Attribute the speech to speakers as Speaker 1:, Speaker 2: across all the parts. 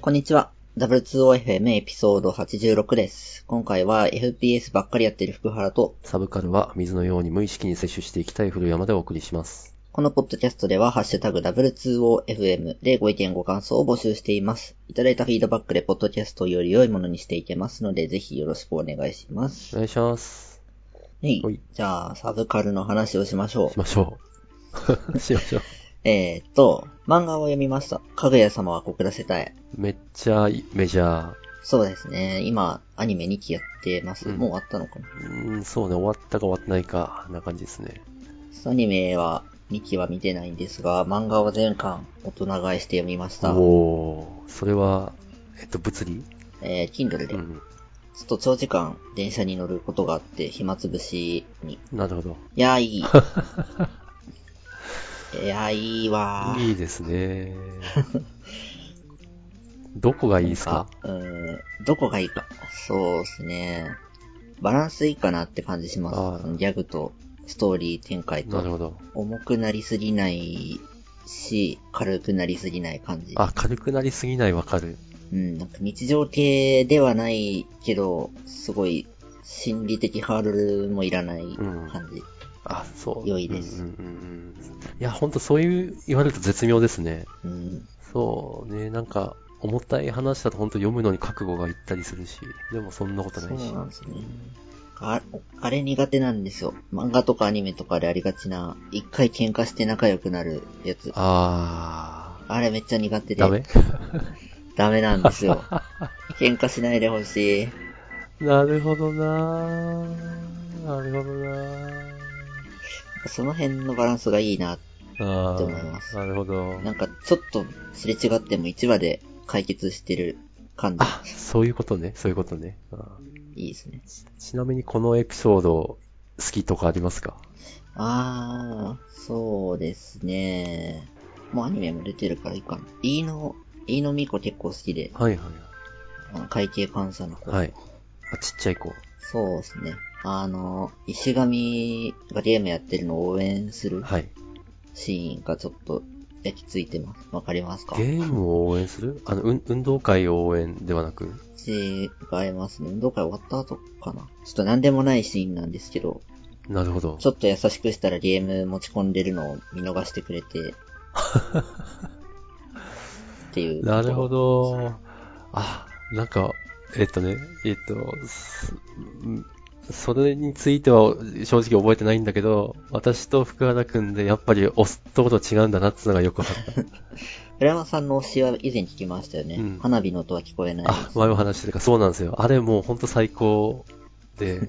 Speaker 1: こんにちは。W2OFM エピソード86です。今回は FPS ばっかりやってる福原と、
Speaker 2: サブカルは水のように無意識に摂取していきたい古山でお送りします。
Speaker 1: このポッドキャストでは、ハッシュタグ W2OFM でご意見ご感想を募集しています。いただいたフィードバックでポッドキャストをより良いものにしていけますので、ぜひよろしくお願いします。
Speaker 2: お願いします。
Speaker 1: はい
Speaker 2: はい。
Speaker 1: じゃあ、サブカルの話をしましょう
Speaker 2: し。ましょう。 しましょう。
Speaker 1: えーっと、漫画を読みました。かぐや様は告らせたい。
Speaker 2: めっちゃメジャー。
Speaker 1: そうですね。今、アニメ2期やってます。
Speaker 2: うん
Speaker 1: もう終わったのかな
Speaker 2: うーん、そうね、終わったか終わってないか、な感じですね。
Speaker 1: アニメは2期は見てないんですが、漫画を全巻大人買いして読みました。
Speaker 2: おー、それは、えっと、物理
Speaker 1: えー、Kindle で。
Speaker 2: う
Speaker 1: ちょ
Speaker 2: ん。
Speaker 1: っと長時間電車に乗ることがあって、暇つぶしに。
Speaker 2: なるほど。
Speaker 1: いやー いい。いやーいいわー。
Speaker 2: いいですね。 どこがいいですか
Speaker 1: うーん、どこがいいか。そうですね。バランスいいかなって感じしま
Speaker 2: あ
Speaker 1: す。
Speaker 2: ー
Speaker 1: そのギャグとストーリー展開
Speaker 2: なる
Speaker 1: と。
Speaker 2: ほど。
Speaker 1: 重くなりすぎないし、軽くなりすぎない感じ。
Speaker 2: あ、軽くなりすぎないわかる。
Speaker 1: うん、なんか日常系ではないけど、すごい心理的ハードルもいらない感じ。
Speaker 2: あ、そう。
Speaker 1: 良いです
Speaker 2: うんうんうんうん、いや、ほんとそういう、言われると絶妙ですね。
Speaker 1: うん。
Speaker 2: そうね、なんか、重たい話だと本当読むのに覚悟がいったりするし、でもそんなこと
Speaker 1: そ
Speaker 2: ないうし。
Speaker 1: なんですね。ああれ苦手なんですよ。漫画とかアニメとかでありがちな、一回喧嘩して仲良くなるやつ。あ
Speaker 2: あ
Speaker 1: れめっちゃ苦手で。
Speaker 2: ー、ダメ
Speaker 1: ダメなんですよ。 喧嘩しないでほしい。
Speaker 2: なるほどなーなるほどなー
Speaker 1: その辺のバランスがいいな。
Speaker 2: あ
Speaker 1: と思います
Speaker 2: ー、なるほど。
Speaker 1: なんかちょっとすれ違っても1話で解決してる感じ。
Speaker 2: あ、そういうことね、そういうことね。あー
Speaker 1: いいですね。
Speaker 2: ちなみにこのエピソード、好きとかありますか
Speaker 1: あー、そうですね。もうアニメも出てるからいいかな。飯野、飯野美子結構好きで、
Speaker 2: はいは
Speaker 1: あの会計監査の子。
Speaker 2: いはい。はい。あ、ちっちゃい子。
Speaker 1: そうですね。あの、石神がゲームやってるのを応援する
Speaker 2: はい。
Speaker 1: シーンがちょっと焼き付いてます。わかりますか
Speaker 2: ゲームを応援するあの、うん運動会を応援ではなく。
Speaker 1: 違いますね。運動会終わった後かな。ちょっと何でもないシーンなんですけど、
Speaker 2: なるほど。
Speaker 1: ちょっと優しくしたらゲーム持ち込んでるのを見逃してくれ て、っていう。
Speaker 2: なるほど。あ、なんか、えっとね、えっと、すんそれについては正直覚えてないんだけど、私と福原くんでやっぱり押すとこと違うんだなっていうのがよくわか った。
Speaker 1: 浦山さんの推しは以前聞きましたよね。
Speaker 2: うん
Speaker 1: 花火の音は聞こえない。
Speaker 2: あ、前も話してたから、そうなんですよ。あれもうほんと最高 で、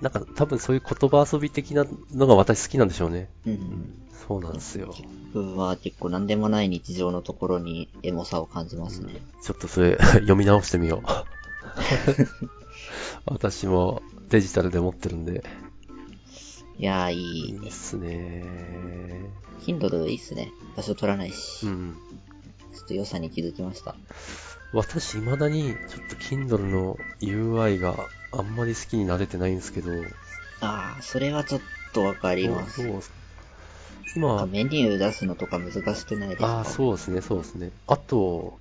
Speaker 2: なんか多分そういう言葉遊び的なのが私好きなんでしょうね。
Speaker 1: うん。
Speaker 2: そうなんですよ。
Speaker 1: 僕は結構何でもない日常のところにエモさを感じますね。
Speaker 2: ちょっとそれ 読み直してみ よう。私もデジタルで持ってるんで。
Speaker 1: いやー、
Speaker 2: い
Speaker 1: い
Speaker 2: い
Speaker 1: い。
Speaker 2: ですね。
Speaker 1: Kindle いいっすね。場所取らないし。
Speaker 2: うん。
Speaker 1: ちょっと良さに気づきました。
Speaker 2: 私、未だに、ちょっと Kindle の UI があんまり好きになれてないんですけど。
Speaker 1: あー、それはちょっとわかります。
Speaker 2: そうそう
Speaker 1: あ
Speaker 2: 今、
Speaker 1: メニュー出すのとか難しくないですか
Speaker 2: ああ、そうですね、そうですね。あと、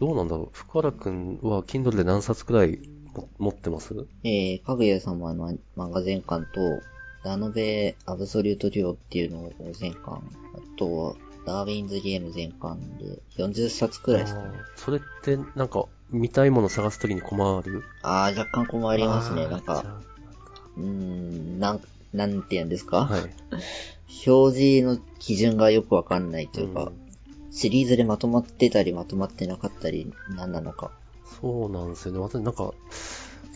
Speaker 2: どうなんだろう。福原くんは Kindle で何冊くらいも持ってます
Speaker 1: えー、かぐや様の漫画全巻と、ラノベアブソリュートデュオっていうのを全巻、あとは、ダーウィンズゲーム全巻で40冊くらいですかね。
Speaker 2: あーそれって、なんか、見たいもの探すときに困る
Speaker 1: あー、若干困
Speaker 2: あ
Speaker 1: りますね。なん
Speaker 2: ーじゃ
Speaker 1: か、うーん、なん、なんて言うんですか、
Speaker 2: あはい。
Speaker 1: 表示の基準がよくわかんないというか、シリーズでまとまってたりまとまってなかったり、何なのか。
Speaker 2: そうなんですよね。私、なんか、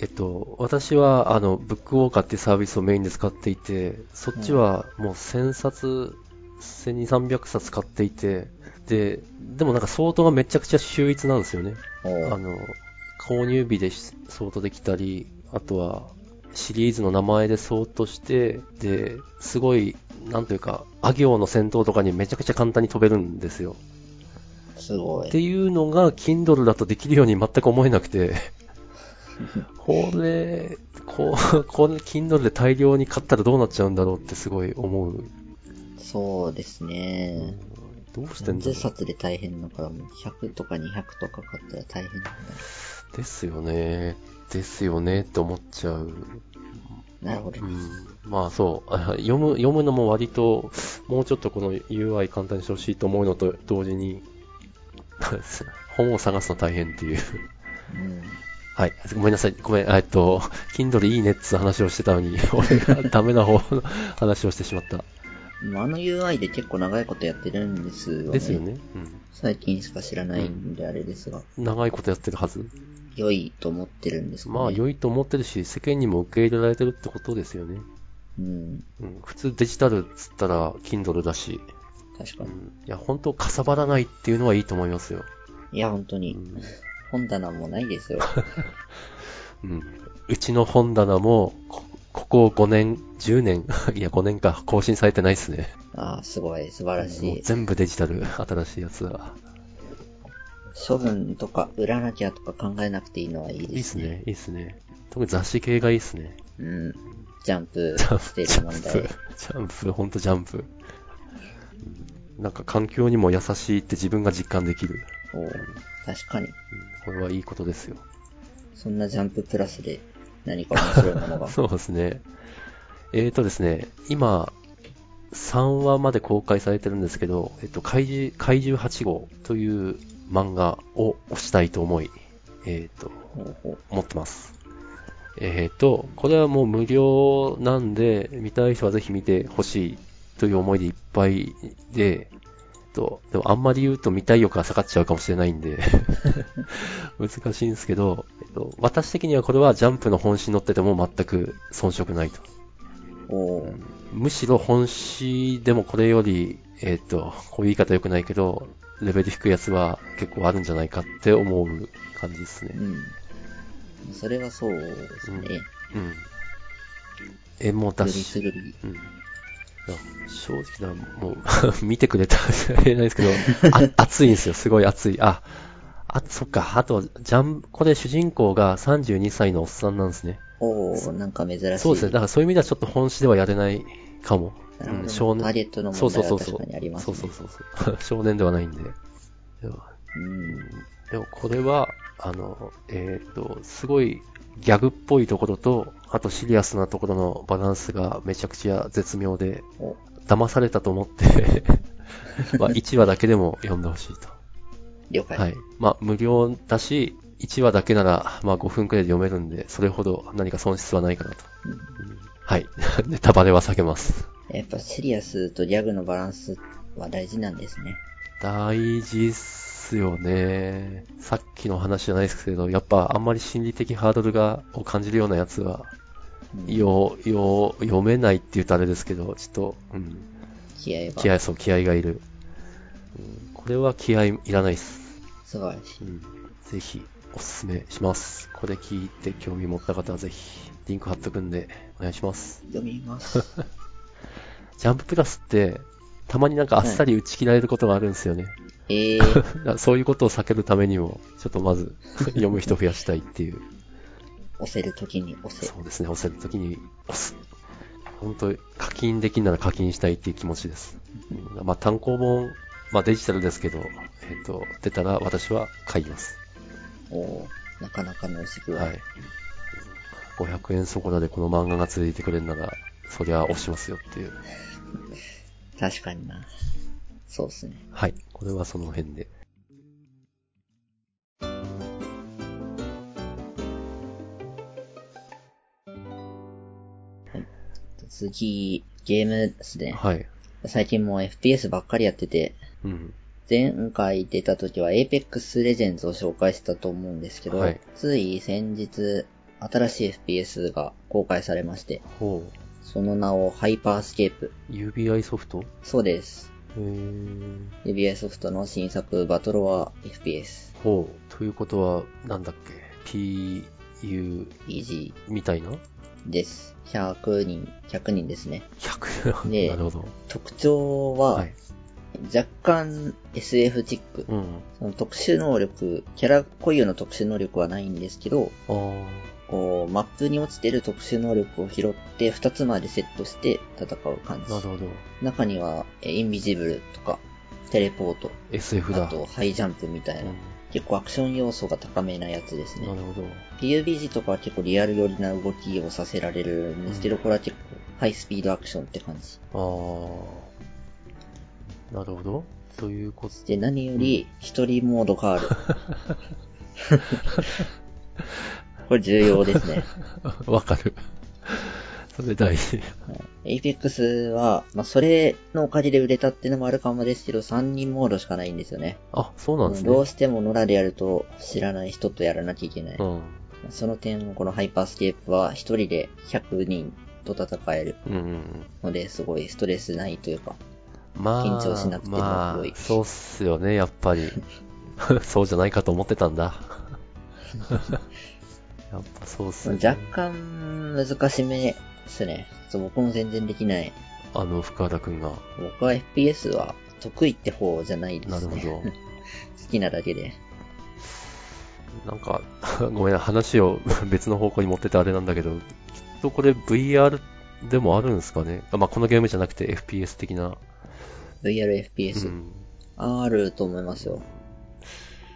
Speaker 2: えっと、私は、あの、ブックウォーカーっていうサービスをメインで使っていて、そっちはもう1000冊、1200、300冊買っていて、で、でもなんか相当がめちゃくちゃ秀逸なんですよね。
Speaker 1: お
Speaker 2: あ
Speaker 1: う
Speaker 2: の、購入日で相当できたり、あとは、シリーズの名前で相当して、で、すごい、なんというか、あ行の戦闘とかにめちゃくちゃ簡単に飛べるんですよ。
Speaker 1: すご
Speaker 2: って
Speaker 1: い。
Speaker 2: いうのが Kindle だとできるように全く思えなくて、これ、こう、これ Kindle で大量に買ったらどうなっちゃうんだろうってすごい思う。
Speaker 1: そうですね。
Speaker 2: どうしてんだろ
Speaker 1: 40
Speaker 2: う。
Speaker 1: 冊で大変だから、もう100とか200とか買ったら大変なんだ。
Speaker 2: ですよね。ですよねって思っちゃう。
Speaker 1: なるほど
Speaker 2: う。ん。まあそう。あ読む、読むのも割と、もうちょっとこの UI 簡単にしてほしいと思うのと同時に、 本を探すの大変っていう。
Speaker 1: うん。
Speaker 2: はい。ごめんなさい。ごめん。えっと、Kindle いいねっつう話をしてたのに、 俺がダメな方の話をしてしまった。
Speaker 1: まああの UI で結構長いことやってるんですよね。
Speaker 2: ですよね。
Speaker 1: 最近しか知らないんであれですが、
Speaker 2: うん。長いことやってるはず。
Speaker 1: 良いと思ってるんですかね。
Speaker 2: まあ、良いと思ってるし、世間にも受け入れられてるってことですよね。
Speaker 1: うん。
Speaker 2: うん。普通デジタルっつったら、Kindle だし。
Speaker 1: 確
Speaker 2: う
Speaker 1: かに。
Speaker 2: ん。いや、本当かさばらないっていうのはいいと思いますよ。
Speaker 1: いや、本当
Speaker 2: う
Speaker 1: に。
Speaker 2: ん。
Speaker 1: 本棚もないです よ。
Speaker 2: うん。うちの本棚も、こここ5年、10年、 いや5年か、更新されてないっすね。
Speaker 1: ああ、すごい、素晴らし
Speaker 2: もう
Speaker 1: い。
Speaker 2: 全部デジタル、新しいやつは。
Speaker 1: 処分とか売らなきゃとか考えなくていいのはいい
Speaker 2: いい
Speaker 1: で
Speaker 2: っ
Speaker 1: す
Speaker 2: す
Speaker 1: ね。
Speaker 2: ね、いいっすね。特に雑誌系がいいっすね。
Speaker 1: うん。ジャンプ
Speaker 2: ジャン
Speaker 1: して
Speaker 2: プ、
Speaker 1: る
Speaker 2: ジャ
Speaker 1: 問
Speaker 2: ンプ
Speaker 1: 題。、
Speaker 2: ジャンプ、ほんとジャンプ。なんか環境にも優しいって自分が実感できる。
Speaker 1: おう確かに。
Speaker 2: うんこれはいいことですよ。
Speaker 1: そんなジャンププラスで何か面白いものが。
Speaker 2: そうですね。えーとですね、今、3話まで公開されてるんですけど、えっと、怪獣、怪獣8号という漫画を推したいと思い、えーと、
Speaker 1: ほうほう
Speaker 2: 思ってます。えーと、これはもう無料なんで、見たい人はぜひ見てほしいという思いでいっぱいで、と、でもあんまり言うと見たい欲が下がっちゃうかもしれないんで、 難しいんですけど、えっと、私的にはこれはジャンプの本誌に載ってても全く遜色ないと。
Speaker 1: おう
Speaker 2: むしろ本誌でもこれより、えっと、こういう言い方良くないけど、レベル低いやつは結構あるんじゃないかって思う感じですね。
Speaker 1: うん。それはそうですね。
Speaker 2: うん。え、もう
Speaker 1: ぐ
Speaker 2: だ
Speaker 1: り
Speaker 2: し
Speaker 1: す、ぐり。
Speaker 2: うん。いや正直な、もう、 見てくれたら言えない ですけど、あ熱いんですよ、すごい熱い。あ、あ、そっか、あと、ジャン、これ主人公が32歳のおっさんなんですね。
Speaker 1: おうなんか珍しい。
Speaker 2: そうですね、だからそういう意味ではちょっと本誌ではやれないかも。
Speaker 1: なるほど
Speaker 2: うん
Speaker 1: ターゲットの問題
Speaker 2: そ
Speaker 1: は
Speaker 2: うそうそうそう
Speaker 1: 確かにありますね
Speaker 2: そうそうそうそう。 少年ではないんで。では
Speaker 1: うん。
Speaker 2: でもこれは、あの、えっ、と、すごいギャグっぽいところと、あとシリアスなところのバランスがめちゃくちゃ絶妙で、
Speaker 1: お
Speaker 2: 騙されたと思って、まあ1話だけでも読んでほしいと。
Speaker 1: 了解。
Speaker 2: はい。まあ無料だし、1話だけなら、まあ5分くらいで読めるんで、それほど何か損失はないかなと。
Speaker 1: うん
Speaker 2: はい。 ネタバレは避けます。
Speaker 1: やっぱシリアスとギャグのバランスは大事なんですね。
Speaker 2: 大事っすよね。さっきの話じゃないですけど、やっぱあんまり心理的ハードルがを感じるようなやつは、
Speaker 1: うん
Speaker 2: よ、よ、読めないって言うとあれですけど、ちょっと、うん、
Speaker 1: 気合
Speaker 2: 気
Speaker 1: が
Speaker 2: 合、そう、気合がいる。うん、これは気合いらないっす。
Speaker 1: 素晴らし
Speaker 2: う
Speaker 1: い。
Speaker 2: ん、ぜひ、おすすめします。これ聞いて興味持った方はぜひ、リンク貼っとくんで、お願いします。
Speaker 1: 読み ます。
Speaker 2: ジャンププラスって、たまになんかあっさり打ち切られることがあるんですよね。
Speaker 1: えー、
Speaker 2: だからそういうことを避けるためにも、ちょっとまず読む人増やしたいっていう。
Speaker 1: 押せるときに押せ
Speaker 2: そ。うですね、押せるときに押す。本当課金できんなら課金したいっていう気持ちです。うんまあ単行本、まあデジタルですけど、えっ、と、出たら私は買います。
Speaker 1: おーなかなかのおし具合。
Speaker 2: はい。500円そこらでこの漫画が続いてくれるなら、そりゃ押しますよっていう。
Speaker 1: 確かにな。そうですね。
Speaker 2: はい。これはその辺で。
Speaker 1: 次、ゲームですね。
Speaker 2: はい。
Speaker 1: 最近もう FPS ばっかりやってて、
Speaker 2: うん。
Speaker 1: 前回出た時は Apex Legends を紹介したと思うんですけど、
Speaker 2: はい
Speaker 1: つい先日、新しい FPS が公開されまして、
Speaker 2: ほ
Speaker 1: その名をハイパースケープ。
Speaker 2: う。UBI ソフト
Speaker 1: そうです。
Speaker 2: へー。
Speaker 1: UBI ソフトの新作バトロワー FPS。
Speaker 2: ほう。ということは、なんだっけ、PU
Speaker 1: EG
Speaker 2: みたいな
Speaker 1: です。100人、100人ですね。
Speaker 2: ?100
Speaker 1: ねえ
Speaker 2: なるほど。
Speaker 1: 特徴は
Speaker 2: は、い。
Speaker 1: 若干 SF チック。
Speaker 2: うん。
Speaker 1: その特殊能力、キャラ固有の特殊能力はないんですけど、
Speaker 2: あー
Speaker 1: こう、マップに落ちてる特殊能力を拾って2つまでセットして戦う感
Speaker 2: なる
Speaker 1: じ。
Speaker 2: ほど。
Speaker 1: 中には、えインビジブルとか、テレポート、
Speaker 2: SF
Speaker 1: あ
Speaker 2: だ。
Speaker 1: とハイジャンプみたいな、
Speaker 2: うん
Speaker 1: 結構アクション要素が高めなやつですね
Speaker 2: な。るほど。
Speaker 1: PUBG とかは結構リアル寄りな動きをさせられるんですけど、これは結構ハイスピードアクションって感じ。
Speaker 2: ああ。なるほど。ということ。
Speaker 1: で、何より一人モードがある。これ重要ですね。
Speaker 2: わかる。それ大事。
Speaker 1: Apex は、まあ、それのおかげで売れたってのもあるかもですけど、3人モードしかないんですよね。
Speaker 2: あ、そうなんですね。
Speaker 1: どうしても野良でやると知らない人とやらなきゃいけない。
Speaker 2: うん。
Speaker 1: その点、このハイパースケープは一人で100人と戦える
Speaker 2: うんうんうん。
Speaker 1: ので、すごいストレスないというか、
Speaker 2: まあ、
Speaker 1: 緊張しなくても
Speaker 2: まあ
Speaker 1: 良い、
Speaker 2: そうっすよね、やっぱり。 そうじゃないかと思ってたん だ。やっぱそうっすね。
Speaker 1: 若干難しめですね。そう僕も全然できない。
Speaker 2: あの、福原くんが。
Speaker 1: 僕は FPS は得意って方じゃないですね。
Speaker 2: なるほど
Speaker 1: 好きなだけで。
Speaker 2: なんか、 ごめんな、話を 別の方向に持っててあれなんだけど、きっとこれ VR でもあるんですかね。あまあ、このゲームじゃなくて FPS 的な。う
Speaker 1: VRFPS、
Speaker 2: ん。
Speaker 1: あると思いますよ。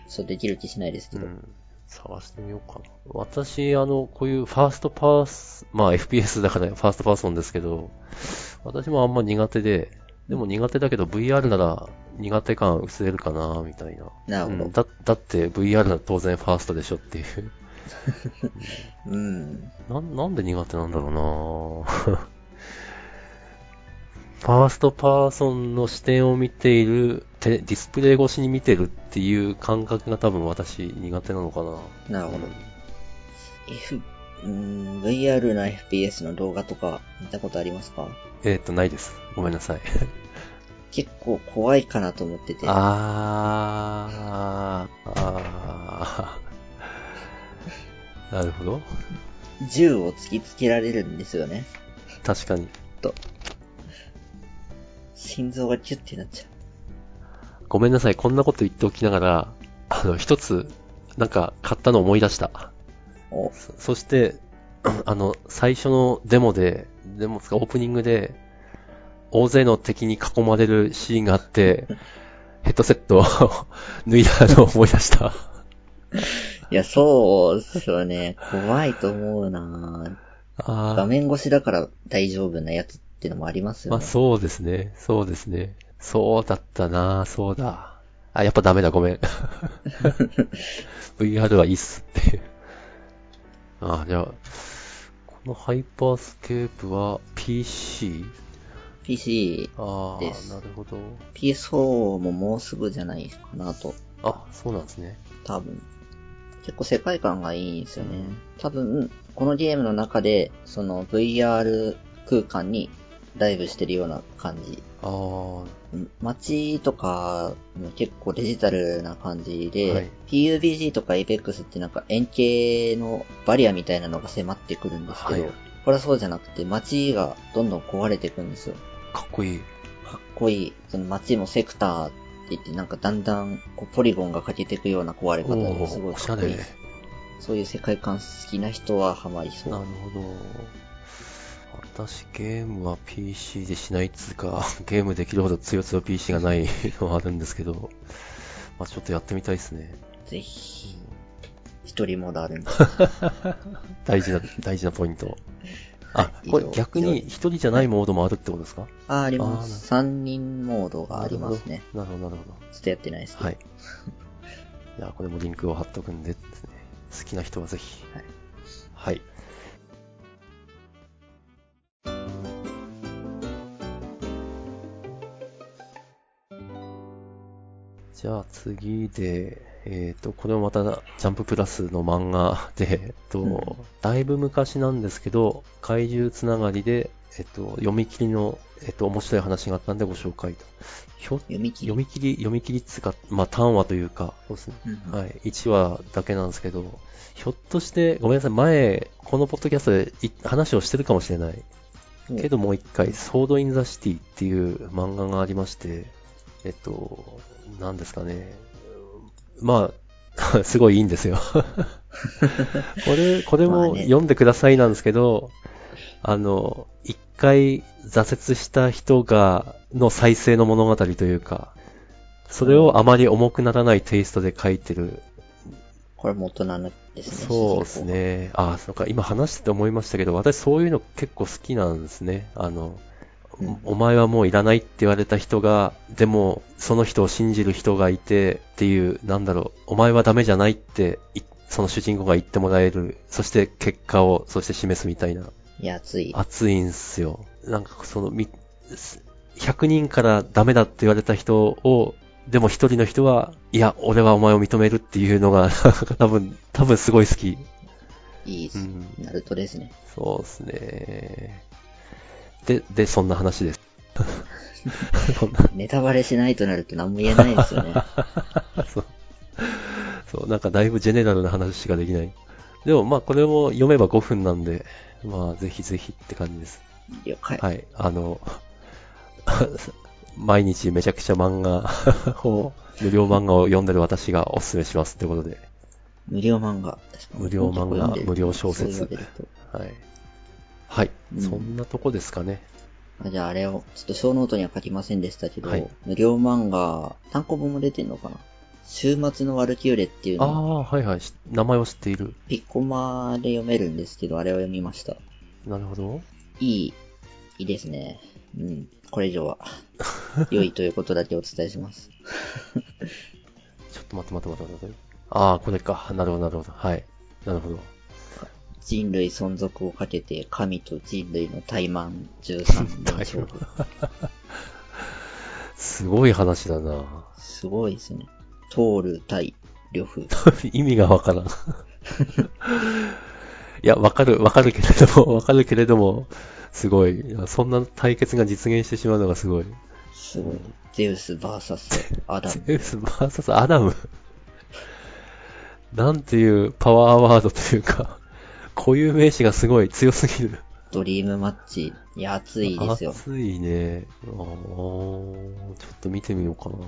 Speaker 1: そう、できる気しないですけ
Speaker 2: う
Speaker 1: ど。
Speaker 2: ん。探してみようかな。私、あの、こういうファーストパース、まあ FPS だからファーストパーソンですけど、私もあんま苦手で、でも苦手だけど VR なら苦手感薄れるかな、みたいな。
Speaker 1: なる
Speaker 2: う
Speaker 1: ほ
Speaker 2: んだだって VR なら当然ファーストでしょっていう。
Speaker 1: ど。うん。
Speaker 2: なん、なんで苦手なんだろうな ぁファーストパーソンの視点を見ている、テレディスプレイ越しに見てるっていう感覚が多分私苦手なのかな
Speaker 1: なるほど
Speaker 2: うん
Speaker 1: F、うん、VR な FPS の動画とか見たことありますか
Speaker 2: えーっ、と、ないです。ごめんなさい。
Speaker 1: 結構怖いかなと思ってて。
Speaker 2: あー、あー。な るほど。
Speaker 1: 銃を突きつけられるんですよね。
Speaker 2: 確かに。
Speaker 1: 心臓がキュッてなっちゃう。
Speaker 2: ごめんなさい。こんなこと言っておきながら、あの、一つ、なんか買ったの思い出した。
Speaker 1: お、
Speaker 2: そそして、 あの、最初のデモで、デモつかオープニングで、大勢の敵に囲まれるシーンがあって、ヘッドセットを 脱いだのを思い出した。
Speaker 1: いや、そうっすよね。怖いと思うなぁ画
Speaker 2: ああ、
Speaker 1: 面越しだから大丈夫なやつってのもあります
Speaker 2: ま
Speaker 1: よ
Speaker 2: あ
Speaker 1: ね。
Speaker 2: そうですね。そうですね。そうだったなそうだ。あ、やっぱダメだ、ご めん。VR はいいっすっていう。ああ、じゃあ、このハイパースケープは PC?
Speaker 1: PC、
Speaker 2: ああ、
Speaker 1: です
Speaker 2: なるほど。
Speaker 1: PS4 ももうすぐじゃないかなと。
Speaker 2: あ、そうなんですね。
Speaker 1: 多分。結構世界観がいいんですよね。多分、このゲームの中で、その VR 空間にダイブしてるような感じ。
Speaker 2: ああ、は
Speaker 1: うん街とかも結構デジタルな感じで、
Speaker 2: はい
Speaker 1: PUBG とか APEX ってなんか円形のバリアみたいなのが迫ってくるんですけど、
Speaker 2: い。
Speaker 1: これはそうじゃなくて街がどんどん壊れていくんですよ。
Speaker 2: かっこいい。
Speaker 1: かっこいい。その街もセクターって言って、なんかだんだんこうポリゴンが欠けていくような壊れ
Speaker 2: お
Speaker 1: 方
Speaker 2: お
Speaker 1: がすご
Speaker 2: ー、
Speaker 1: い
Speaker 2: おし
Speaker 1: か
Speaker 2: ゃ
Speaker 1: っこいい
Speaker 2: れ。。
Speaker 1: そういう世界観好きな人はハマりそ
Speaker 2: な
Speaker 1: う
Speaker 2: る。ほど。私、ゲームは PC でしないっつうか、 ゲームできるほど強強 PC がないのはあるんですけど、まあちょっとやってみたいですね。
Speaker 1: ぜひ。一人モードあ るんで。
Speaker 2: 大事な、大事なポイント。あ、
Speaker 1: い
Speaker 2: これ
Speaker 1: 以上
Speaker 2: 逆に一人じゃないモードもあるってことですか
Speaker 1: あ、ありま
Speaker 2: あーなるほど
Speaker 1: す。三人モードがありますね。。
Speaker 2: なるほど、なるほど。
Speaker 1: ちょっとやってないですけど。
Speaker 2: はい。 じゃあ、これもリンクを貼っとくんでですね、好きな人はぜひ。
Speaker 1: はい
Speaker 2: はい。じゃあ次で、えっ、と、これもまたジャンププラスの漫画で、えっと、
Speaker 1: うん
Speaker 2: だいぶ昔なんですけど、怪獣つながりで、えっと、読み切りの、えっと、面白い話があったんでご紹介と。ひょ
Speaker 1: 読み切り。
Speaker 2: 読み切り、読み切りっつうか、まあ、単話というか、そうですね。
Speaker 1: うん
Speaker 2: はい。1話だけなんですけど、ひょっとして、ごめんなさい、前、このポッドキャストでい話をしてるかもしれない。
Speaker 1: うん
Speaker 2: けどもう一回、ソード・イン・ザ・シティっていう漫画がありまして、えっと、なんですかね。まあ、 すごいいいんですよ。これ、これ
Speaker 1: まあ
Speaker 2: も
Speaker 1: ね
Speaker 2: 読んでくださいなんですけど、あの、一回挫折した人が、の再生の物語というか、それをあまり重くならないテイストで書いてる。
Speaker 1: これも大人のですね。
Speaker 2: そうですね。あ、そうか、今話してて思いましたけど、私そういうの結構好きなんですね。あの、
Speaker 1: うん
Speaker 2: お前はもういらないって言われた人が、でも、その人を信じる人がいてっていう、なんだろう、お前はダメじゃないって、いその主人公が言ってもらえる、そして結果を、そして示すみたいな。
Speaker 1: 主人公。いや、つい。
Speaker 2: 熱いんすよ。なんかその、み、す100人からダメだって言われた人を、でも一人の人は、いや、俺はお前を認めるっていうのが、 多分、多分すごい好き。
Speaker 1: いいです。
Speaker 2: うん
Speaker 1: ナルトですね。
Speaker 2: そうですね。で、で、そんな話です。そんな
Speaker 1: ネタバレしないとなると何も言えない ですよね。
Speaker 2: そう。そう、なんかだいぶジェネラルな話しかできない。でもまあこれも読めば5分なんで、まあぜひぜひって感じです。
Speaker 1: 了解。
Speaker 2: はい、あの、 毎日めちゃくちゃ漫画 を、無料漫画を読んでる私がおすすめしますってことで。
Speaker 1: 無料漫画。
Speaker 2: 無料漫
Speaker 1: 結
Speaker 2: 画
Speaker 1: 構読んでる
Speaker 2: 無料小説
Speaker 1: そう言われると
Speaker 2: はい。はい、
Speaker 1: うん
Speaker 2: そんなとこですかね。
Speaker 1: あじゃああれを、ちょっと小ノートには書きませんでしたけど、
Speaker 2: はい
Speaker 1: 無料漫画、単行本も出てんのかな週末のワルキューレっていう
Speaker 2: あ
Speaker 1: のを
Speaker 2: あ、はいはい、し名前を知っている。
Speaker 1: ピッコマで読めるんですけど、あれを読みました。
Speaker 2: なるほど。
Speaker 1: いい、いいですね。うん。これ以 上は、良いということだけお伝えします。
Speaker 2: ちょっと待って待って待って待って。ああ、これか。なるほどなるほど。はい。なるほど。
Speaker 1: 人類存続をかけて、神と人類の怠慢13連勝負。
Speaker 2: すごい話だな
Speaker 1: すごいですね。トール対呂 布。
Speaker 2: 意味がわからん。い や、わかる、わかるけれども、わか るけれども、すごい。いやそんな対決が実現してしまうのがすご い。
Speaker 1: すごい。ゼウス VS アダ
Speaker 2: ゼ
Speaker 1: ム。
Speaker 2: ウス VS アダム。 なんていうパワーワードというか、固有名詞がすごい強すぎる。
Speaker 1: ドリームマッチ。いや、熱いですよ。
Speaker 2: 熱いね。あーちょっと見てみようかな。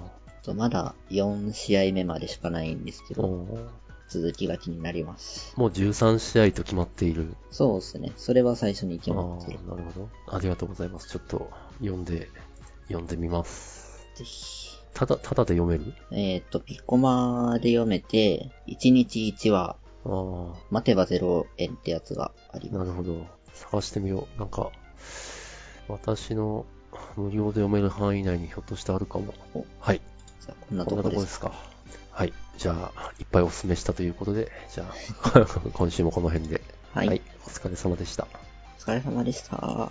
Speaker 1: とまだ4試合目までしかないんですけ
Speaker 2: あ
Speaker 1: ど、
Speaker 2: ー
Speaker 1: 続きが気になります。
Speaker 2: もう13試合と決まっている。
Speaker 1: そうですね。それは最初に決まってる。
Speaker 2: ああ、なるほど。ありがとうございます。ちょっと読んで、読んでみます。
Speaker 1: ぜひ。
Speaker 2: ただ、ただで読める
Speaker 1: えっ、と、ピッコマで読めて、1日1話、
Speaker 2: ああ、
Speaker 1: 待てば0円ってやつがありま
Speaker 2: なるほど。探してみよう。なんか、私の無料で読める範囲内にひょっとしてあるかも
Speaker 1: お。
Speaker 2: はい。
Speaker 1: す。じゃあこんな
Speaker 2: ことんな
Speaker 1: こと
Speaker 2: こ
Speaker 1: で。
Speaker 2: ですすか。はい。じゃあ、いっぱいお勧めしたということで、じゃ あ、今週もこの辺で。
Speaker 1: はい、
Speaker 2: お疲れ様でした。
Speaker 1: お疲れ様でした。